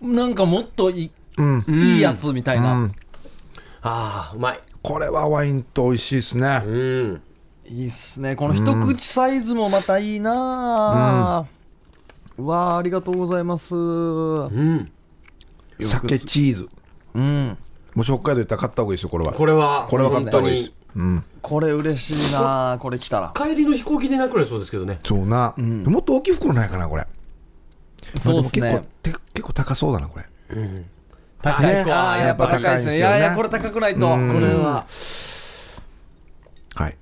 なんかもっといい,、うんいいやつみたいな、うんああうまいこれはワインと美味しいですねうんいいっすねこの一口サイズもまたいいなあ、うわあありがとうございますううん鮭チーズんもし北海道行ったら買った方がいいですよこれはこれはこれは買本った当方がいいですにうんこれ嬉しいなあこれ来たら帰りの飛行機でなくなりそうですけどねそうなもっと大きい袋ないかなこれそうっすまあねも結構て結構高そうだなこれ高ねああやっぱ高いですねいやっぱ高いですよねやいやこれ高くないとこうんれははい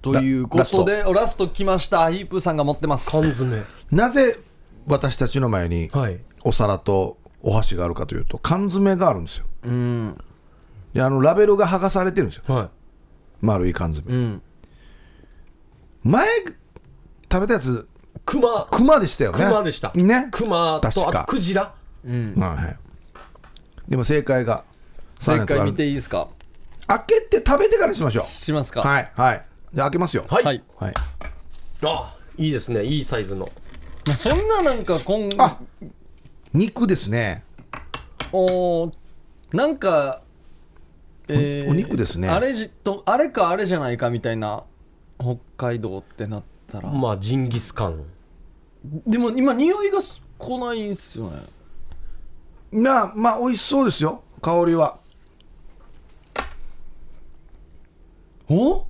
ということでおラスト来ましたヒープーさんが持ってます缶詰なぜ私たちの前にはいお皿とお箸があるかというと缶詰があるんですようんであのラベルが剥がされてるんですよは丸い缶詰、うん前食べたやつい熊クマでしたよね熊でしたね熊確とあかとクジラはいはいでも正解が正解見開ていいですかけて食べてからにしましょしますうかはいはいじゃあ開けますよはい、はいはいあいいですねいいサイズのまあそんななんか今あ肉ですねおーなんか、えお肉ですねあれじとあれかあれじゃないかみたいな北海道ってなっったら、まあジンギスカンでも今匂いがす来ないんですよねなあまあ美味しそうですよ香りはお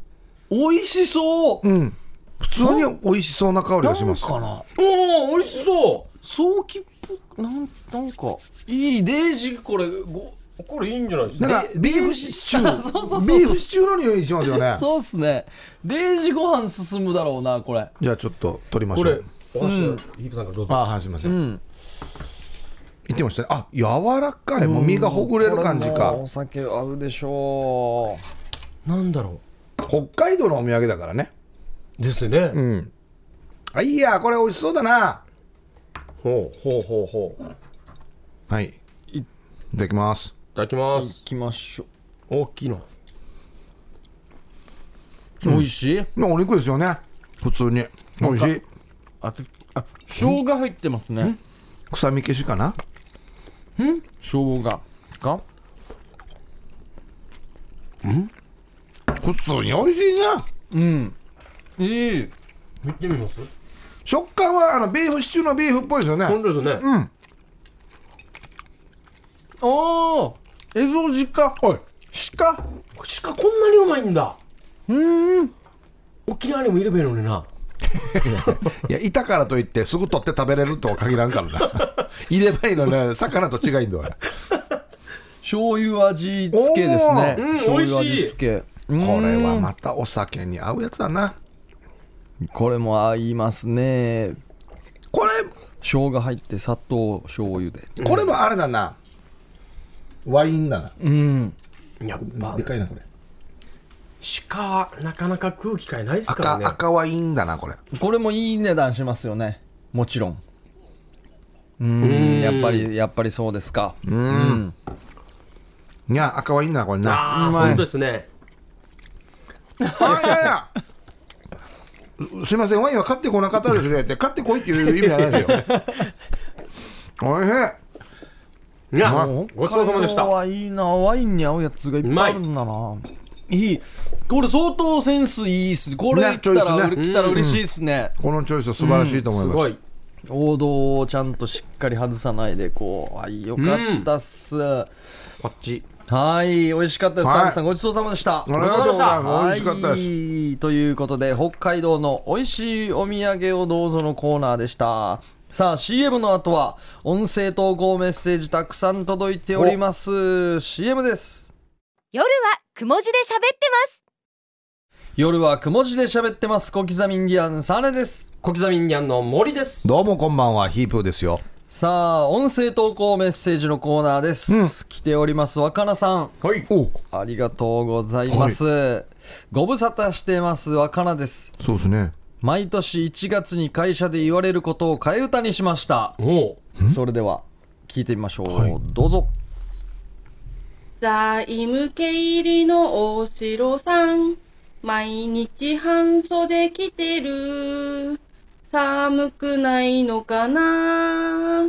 美味しそううん普通に美味しそうな香りがしますなんかなおお美味しそう早期っぽくなんなんかいいデージこれごこれいいんじゃないですなんかかビーフシチューそうそうそうそうビーフシチューの匂いしますよねそうっすねデージご飯進むだろうなこれじゃあちょっと取りましこょれうお箸、ヒープさんからどうぞあはいすいません、ん言ってましたねあ柔らかいもう身がほぐれる感じこれかもお酒合うでしょうなんだろ北海道のお土産だからねうですよね、うんあいいやこれ美味しそうだなほうほうほうほういはいいただきますただきま行すきましょ大きいのう美味しいまあお肉ですよね普通に美味しいあとあ生姜入ってますね臭み消しかな生姜が普通に美味しいなうんいい見てみます食感はあのビーフシチューのビーフっぽいですよね本当ですよね、うんあ映像実家おい鹿鹿こんなにうまいんだうん沖縄にもいればいいのにないやいたからといってすぐ取って食べれるとは限らんから ないればいいのね魚と違いんだわ醤油味付けですねおーうん醤油美味しい味付けこれはうんまたお酒に合うやつだなこれも合いますねこれ生姜入って砂糖醤油でこれもあれだな、ワインだな、うんやっぱでかいなこれ鹿はなかなか空気変えないですか赤らね赤ワインだなこれこれもいい値段しますよねもちろんううんんやっぱりやっぱりそうですかうんいや赤ワインだなこれなああうまい本当ですねあいやいやすいませんワインは買ってこなかったですねって買ってこいっていう意味じゃないです よおいしいいやまいごちそうさまでした北海道はいいなワインに合うやつがいっぱいあるんだないいこれ相当センスいいっすこれね来たら,、チョイスね来たら嬉しいっすね、このチョイスは素晴らしいと思いすます、ごい王道をちゃんとしっかり外さないでこうあよかったっす、こっちはい美味しかったです、はい田口さんごちそうさまでしたありがとうございます美味しかったですはいということで北海道の美味しいお土産をどうぞのコーナーでしたさあ CM の後は音声投稿メッセージたくさん届いております CM です夜はくも字で喋ってます夜はくも字で喋ってます小刻みインディアンサネです小刻みインディアンの森ですどうもこんばんはヒープーですよさあ音声投稿メッセージのコーナーです、来ております若菜さんはいおありがとうございます、ご無沙汰してます若菜ですそうですね毎年1月に会社で言われることを替え歌にしましたおうそれでは聞いてみましょう、はいどうぞ財務系入りの大城さん、毎日半袖着てる。寒くないのかな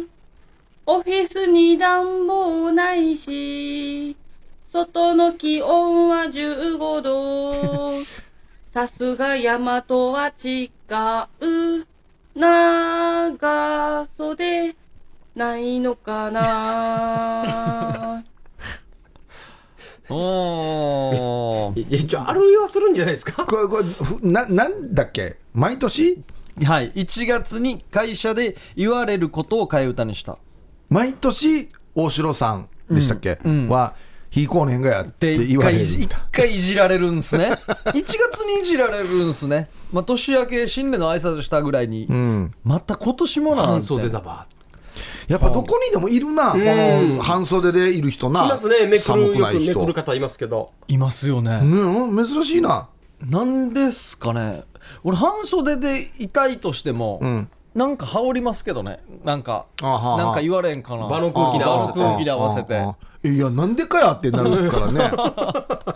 オフィスに暖房ないし、外の気温は15度。さすが大和は違う。長袖ないのかなおーいや一応あるいはするんじゃないですかこれこれふななんだっけ毎年はい1月に会社で言われることを替え歌にしたっ毎年大城さんでしたっけ、は非公認がやってて一言われ回るいじ一回いじられるんですね1月にいじられるんですね、まあ、年明け新年の挨拶したぐらいに、うん、また今年もな半んて袖だばやっぱどこにでもいるな、この半袖でいる人な、いますねめく寒るくよなくいめ人くる方いますけどいますよね、うん、珍しいな、なんですかね俺半袖でいたいとしても、うん、なんか羽織りますけどねなんかあははなんか言われんかな場の空気に合わせて場の空気に合わせてあああいやなんでかやってな るからねああ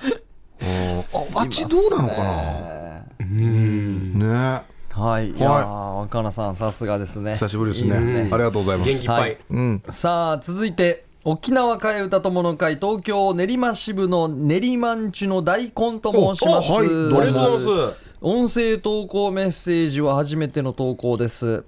あっちどうなのかえなねーはい、いやー若菜さんさすがですね久しぶりですねいいありがとうございま元気いすっぱはいいうんさあ続いて沖縄替え歌友の会東京練馬支部の練馬んちの大根と申しますおおはいどうもありがとうございます音声投稿メッセージは初めての投稿です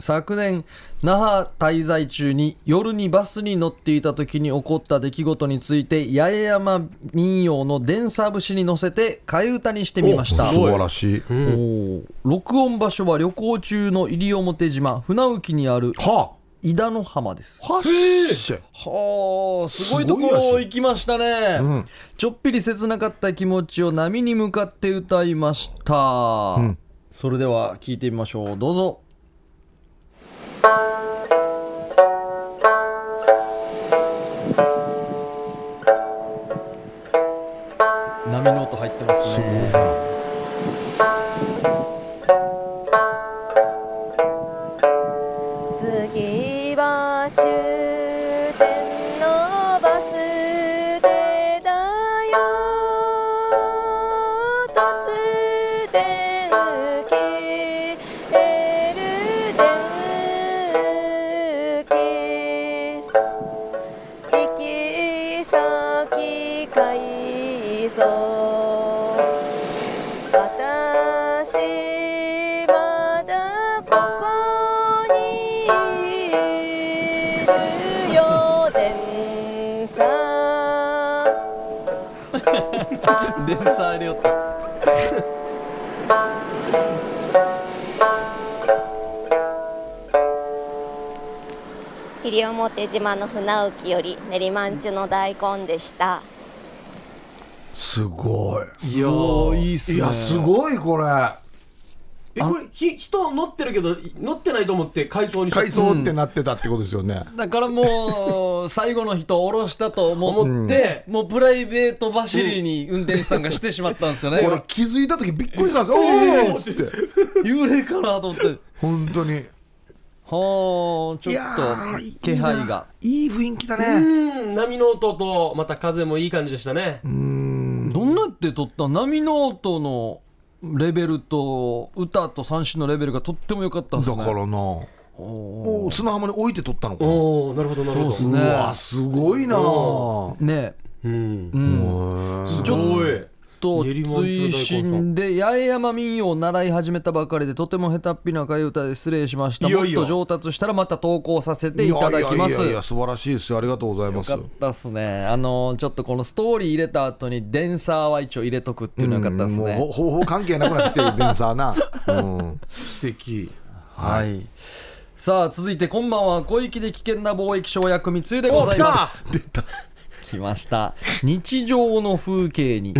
昨年那覇滞在中に夜にバスに乗っていた時に起こった出来事について八重山民謡の「伝サ節」に乗せて替え歌にしてみました素晴らしい。おー録音場所は旅行中の西表島船浮にあるは伊田の浜ですあ。はっしゃ。はあすごいところ行きましたね、んちょっぴり切なかった気持ちを波に向かって歌いました、んそれでは聞いてみましょうどうぞ波の音入ってますね次は終点のバス停だよ突然消える電気行き先改装私まだここにいるよでんさ電車両手西表島の船浮より練馬んちゅの大根でしたすごい。いやーいいっすねいや、すごい、これ。えこれひ人乗ってるけど乗ってないと思って海藻にした改装ってなってたってことですよね。だからもう最後の人を降ろしたと思って、もうプライベート走りに運転手さんがしてしまったんですよね、これ気づいた時びっくりしたんですよ。おおーっつって。幽霊かなと思っては本当に。あちいょやっーと気配が。いいな雰囲気だうね。ん波の音とまた風もいい感じでしたねどんなって撮った波の音のレベルと歌と三振のレベルがとっても良かったんですだねからな。おお砂浜に置いて撮ったのかな。おおなるほどなるほどそううですねわ、すごいな。ねえ、ううんん、へーちょっと練馬の中追大根さん伸で八重山民謡を習い始めたばかりでとても下手っぴな替え歌で失礼しましたいやいやもっと上達したらまた投稿させていただきますいやいやいや素晴らしいですよ。ありがとうございます。よかったっすねあのちょっとこのストーリー入れた後にデンサーは一応入れとくっていうのよかったっすね、うんもうほほぼほぼ関係なくなってきてるデンサー な。うんと素敵はいさあ続いてこんばんは小域で危険な貿易商約密輸でございます来ました日常の風景に、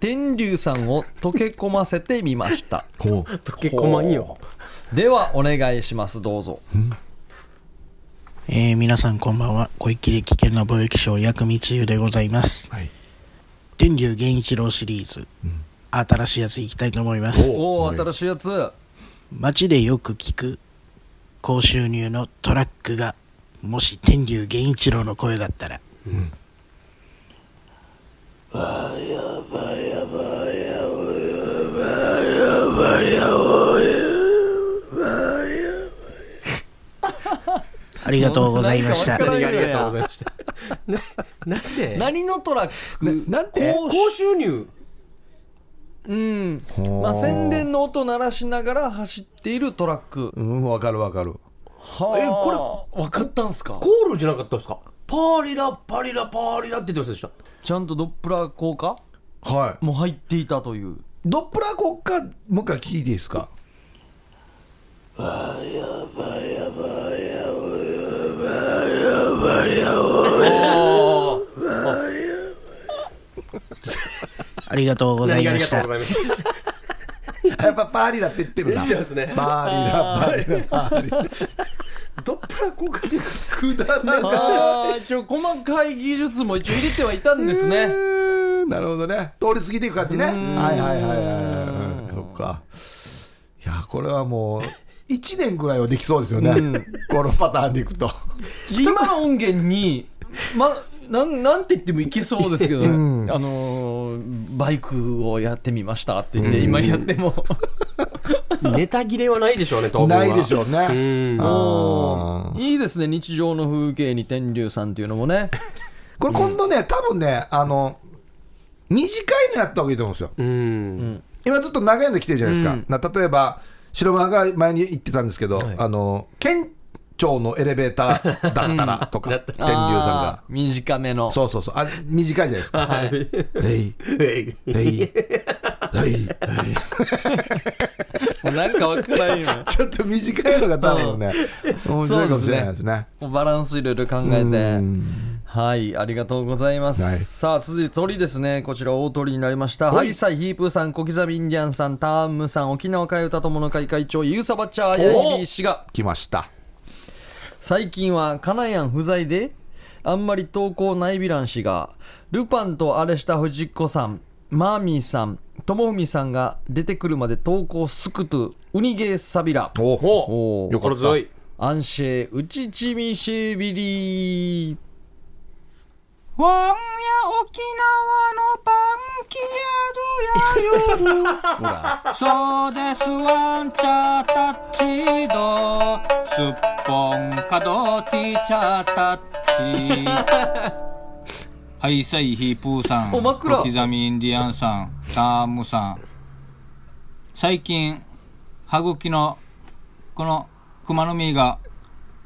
天竜さんを溶け込ませてみましたほ溶け込まんよではお願いしますどうぞえー皆さんこんばんは。小池で危険な貿易商、薬密輸でございます。はい天竜源一郎シリーズ、新しいやついきたいと思います。おおはい新しいやつ街でよく聞く、高収入のトラックが、もし天竜源一郎の声だったら、ありがとうございまし何た。かわからんよねございましたななんで何のトラックななんてこう高収入うんうまあ宣。伝の音鳴らしながら走っているトラックうん、わかるわかる。はえこれ分かったんすかコールじゃなかったですかパーリラパリラパーリラって言ってませんでしちゃんとドップラー効果はい。も入っていたというドップラー国家、もう一回聞いていいですか。 ありがとうごたざいあまりがしとうたご。ざいましたやっぱパーリだって言ってるな。いい ですねパーリだ、パーリだ、パーリだ。 ドップラー効果ですくだらない。ああ一応細かい技術も一応入れてはいたんですね なるほどね。通り過ぎていく感じね。はいはいはいはいはいうん。そっか。いや、これはもう。一年ぐらいはできそうですよね。このパターンでいくと。今の音源にまなんなんて言ってもいけそうですけどね、うんあのーバイクをやってみましたって言って、今やってもネタ切れはないでしょうね当分はないでしょうね。うんあーいいですね日常の風景に天竜さんっていうのもねこれ今度ね、多分ね、あの、短いのやった方がいいと思うんですよ。うん今ずっと長いの来てるじゃないですか、うんな例えば白間が前に言ってたんですけど、はいあの県庁のエレベーターだったらとか 天竜さんがあー短めのそうそうそうあ短いじゃないですか「はいえい えいえいえい」もうなんかわからないよちょっと短いのが多分ね面白いかもしれないですねもうバランスいろいろ考えてはいありがとうございます、はいさあ続いて鳥ですねこちら大鳥になりましたハイサイヒープーさん小刻みインディアンさんタームさん沖縄替え歌友の会会長ゆうさばちゃーやいりー氏が来ました最近はカナヤン不在であんまり投稿ないヴィラン氏がルパンとアレした藤子さんマーミーさん友文さんが出てくるまで投稿すくとウニゲーサビラおおーよか心った強いアンシェウチチミシェビリーワンや沖縄のパンキアド や夜そうですワンチャタッチドすっぽんかどティチャ タッチはいさいヒープーさんお真っ暗小刻みインディアンさんタームさん最近歯茎のこの熊の実が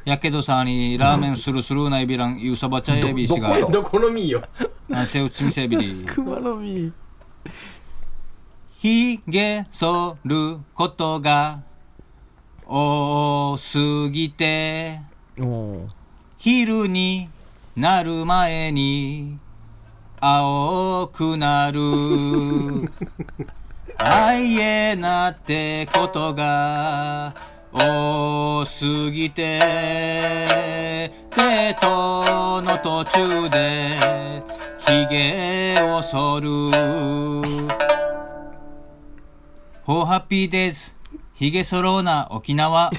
やけどさにラーメンするするないビランゆうさばちゃえびしがどこのみーよ南西うつみせびり熊の実ひげ剃ることが多すぎてお昼になる前に青くなるあいえなってことが多すぎてデートの途中でひげを剃るほうハッピーデイズひげそろうな 沖縄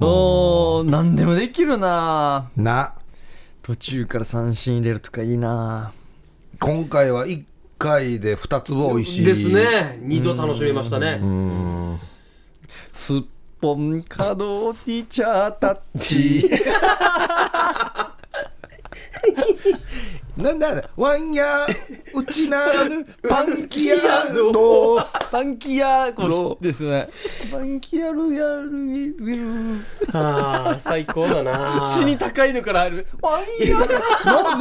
おー何でもできるなな途中から三振入れるとかいいな今回は1回で2粒美味しいですね二度楽しみましたねすっぽんかどティチャータッ チなんだワン やうちなるパンキアドパンキヤどこうですねパンキヤルやるああ最高だな死に高いのからあるワンヤな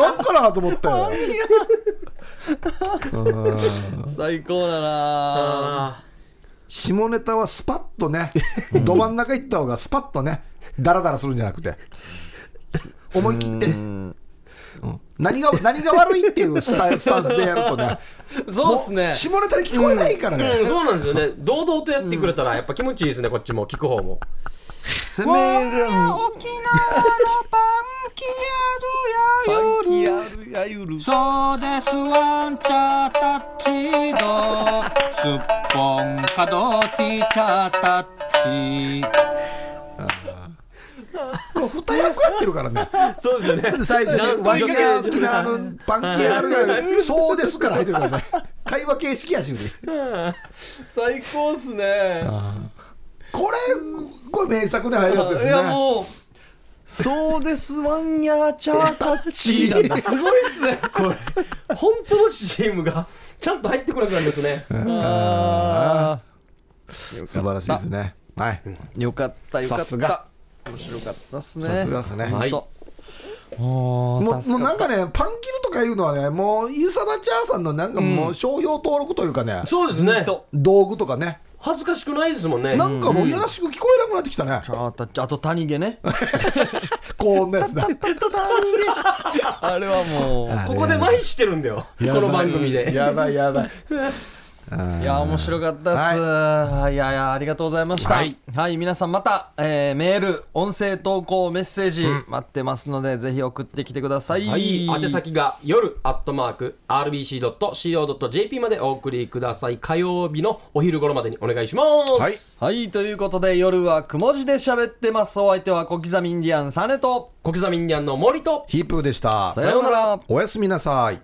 なんかなと思ったよ最高だなあ下ネタはスパッとねど真ん中行った方がスパッとねダラダラするんじゃなくて思い切って何が何が悪いっていうスタスタンスでやるとねそうっすね下ネタに聞こえないからーうんね、そうなんですよね堂々とやってくれたらやっぱ気持ちいいですねこっちも聞く方も攻める沖縄のパンキアドやよパンキヤルやゆるそうですワンチャタッチドすっぽんかどティチャタッチこれ二役やってるからねそうですよね最初に「ワイヤーキナうーパンキアルそうです」から入ってるからね会話形式やしね最高っすねこれこれ名作に入るやつですいねやもうそうですワンヤーチャータッチなんだすごいっすねこれ本当の CM がちゃんと入ってこなくなるんですねあ素晴らしいですねはいーよかったよかったさすが面白かったっすねさすがですねはいほんともうもうもう助かなっんかねパンキルとかいうのはねもうユーサバチャーさんのなんかもう商標登録というかね、そうですね道具とかね恥ずかしくないですもんねなんかもういやらしく聞こえなくなってきたね、たあたあと谷毛ね こんなやつだあれはもうここで麻痺してるんだよこの番組でやばいやばいいや面白かったっす、い、やいやありがとうございましたははいい、皆さんまた、えーメール音声投稿メッセージ待ってますので、ぜひ送ってきてください、はい、宛先が夜アットマーク RBC.CO.JP までお送りください火曜日のお昼頃までにお願いします、はいはいということで夜はくも字で喋ってますお相手は小刻みインディアンサネと小刻みにゃんの森とヒープーでしたさようならおやすみなさい